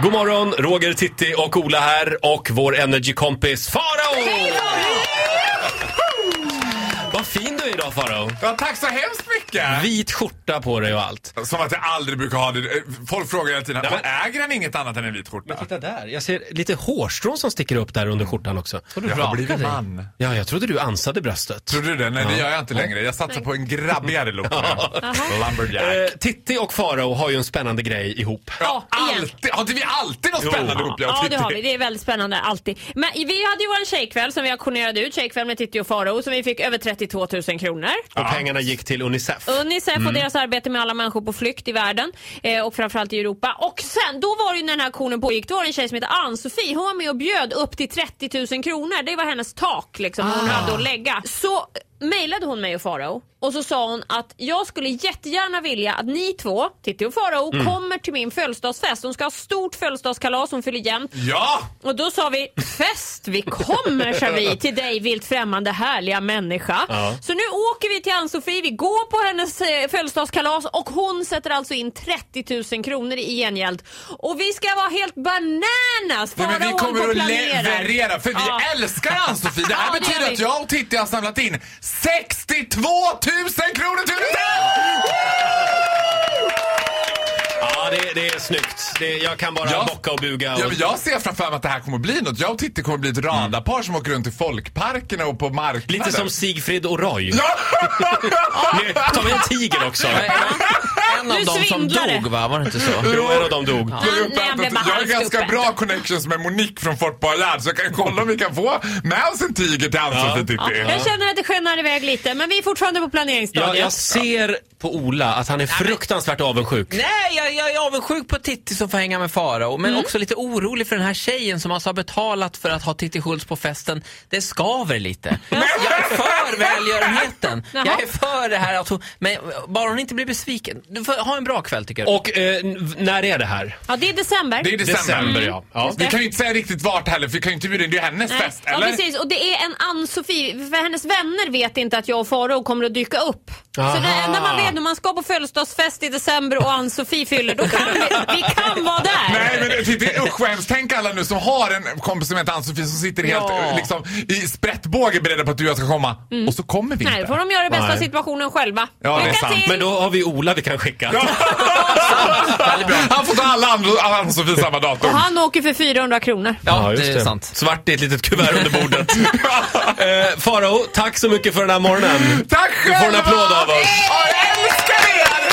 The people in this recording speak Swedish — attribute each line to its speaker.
Speaker 1: God morgon, Roger, Titti och Ola här och vår energikompis Farao! Vad fin du är idag Farao!
Speaker 2: Ja, tack så hemskt mycket!
Speaker 1: Vit skjorta på dig och allt.
Speaker 2: Som att jag aldrig brukar ha det. Eh, Folk frågar hela tiden,
Speaker 1: Nej, men-
Speaker 2: "Men äger han inget annat än en vit skjorta?
Speaker 1: Titta där, jag ser lite hårstrån som sticker upp där under skjortan också.
Speaker 2: Jag har blivit man.
Speaker 1: Ja, jag trodde du ansade bröstet.
Speaker 2: Tror du det? Nej, det gör jag inte längre. Jag satsar på en grabbigare look. Lumberjack.
Speaker 1: Eh, Titti och Farao har ju en spännande grej ihop.
Speaker 2: Ja,
Speaker 3: Ja, igen.
Speaker 2: alltid. Har inte vi alltid något spännande ihop? jag och
Speaker 3: Ja, det
Speaker 2: Titti?
Speaker 3: har vi. Det är väldigt spännande alltid. Men vi hade ju vår tjejkväll som vi auktionerade ut, tjejkväll med Titti och Faro som vi fick över 32 000 kronor.
Speaker 1: Och pengarna gick till Unicef.
Speaker 3: Unicef och deras arbete med alla människor på flykt i världen eh, och framförallt i Europa. Och sen, då var det ju när den här aktionen pågick, då var det en tjej som hette Ann-Sofie. Hon var med och bjöd upp till 30 000 kronor. Det var hennes tak liksom, hon hade att lägga. Så eh, mejlade hon mig och Farao och så sa hon att jag skulle jättegärna vilja att ni två, Titti och Farao, kommer till min födelsedagsfest. Hon ska ha stort födelsedagskalas, hon fyller jämnt.
Speaker 2: Ja!
Speaker 3: Och då sa vi fest, vi kommer sa vi till dig vilt främmande härliga människa.
Speaker 1: Ja.
Speaker 3: Så nu åker vi till Ann-Sofie, vi går på hennes eh, födelsedagskalas och hon sätter alltså in 30 000 kronor i gengäld. Och vi ska vara helt bananas!
Speaker 2: Nej, men vi
Speaker 3: Faraon på
Speaker 2: kommer att
Speaker 3: planerar.
Speaker 2: leverera, för vi
Speaker 3: Ja.
Speaker 2: älskar Ann-Sofie. Det här
Speaker 3: Ja, det
Speaker 2: betyder
Speaker 3: gör vi.
Speaker 2: att jag och Titti har samlat in 62 000 kronor till
Speaker 1: Ja, det, det är snyggt. Det, jag kan bara
Speaker 2: Ja.
Speaker 1: bocka och buga. Och...
Speaker 2: Ja, men jag ser framför mig att det här kommer att bli något. Jag och Titti kommer att bli ett radarpar som åker runt i folkparkerna och på marknaden.
Speaker 1: Lite som Sigfrid och Roy.
Speaker 2: Ja!
Speaker 1: Nu tar vi en tiger också.
Speaker 4: En av
Speaker 3: Du
Speaker 4: dem som
Speaker 3: svindlade.
Speaker 4: dog va, var det inte så?
Speaker 1: Jo, en av dem dog.
Speaker 2: Jag har
Speaker 3: Nej, jag
Speaker 2: uppätet-
Speaker 3: blev bara
Speaker 2: jag har
Speaker 3: halvt
Speaker 2: ganska
Speaker 3: uppäten.
Speaker 2: bra connections med Monique från Fort Boyard så jag kan kolla om vi kan få med oss en tiger till Ann-Sofie
Speaker 3: Ja,
Speaker 2: Titti.
Speaker 3: jag känner att det skenar iväg lite men vi är fortfarande på
Speaker 1: Jag,
Speaker 3: planeringsstadiet.
Speaker 1: jag ser på Ola att han är fruktansvärt avundsjuk.
Speaker 4: Nej, jag, jag är avundsjuk på Titti som får hänga med Farao, men också lite orolig för den här tjejen som alltså har betalat för att ha Titti Schultz på festen. Det skaver lite. Jag är för välgörenheten.
Speaker 3: Jaha.
Speaker 4: Jag är för det här att hon, men bara hon inte blir besviken. Du får ha en bra kväll tycker jag.
Speaker 1: Och eh, n- när är det här?
Speaker 3: Ja, det är december.
Speaker 2: Det är december.
Speaker 1: December, ja. ja.
Speaker 2: Vi kan ju inte säga riktigt vart heller för vi kan ju inte bjuda in, det är ju hennes
Speaker 3: Nej.
Speaker 2: fest
Speaker 3: Ja
Speaker 2: eller?
Speaker 3: precis och det är en Ann-Sofie, för hennes vänner vet inte att jag och Farao kommer att dyka upp.
Speaker 1: Aha.
Speaker 3: Så det enda man vet när man ska på födelsedagsfest i december och Ann-Sofie fyller, då kan vi, vi kan vara där.
Speaker 2: Nej men Titti, usch vad hemskt. Tänk alla nu som har en kompis som heter Ann-Sofie som sitter helt
Speaker 4: Ja.
Speaker 2: eh, liksom, i sprättbåge beredda på att du och jag ska komma. Och så kommer vi
Speaker 3: Mm. Nej, då
Speaker 2: inte.
Speaker 3: får de göra det bästa
Speaker 1: Nej.
Speaker 3: av situationen själva.
Speaker 2: Ja, det är
Speaker 3: Lycka
Speaker 2: sant.
Speaker 3: till!
Speaker 1: Men då har vi Ola vi kan skicka.
Speaker 2: Han får ta alla andra alla Ann-Sofie samma datum.
Speaker 3: Och han åker för 400 kronor.
Speaker 4: Ja, det är sant.
Speaker 1: Svart i ett litet kuvert under bordet. eh, Farao, tack så mycket för den här morgonen.
Speaker 2: Tack
Speaker 1: Du
Speaker 2: själva!
Speaker 1: får en applåd av oss.
Speaker 2: Ja, jag älskar er!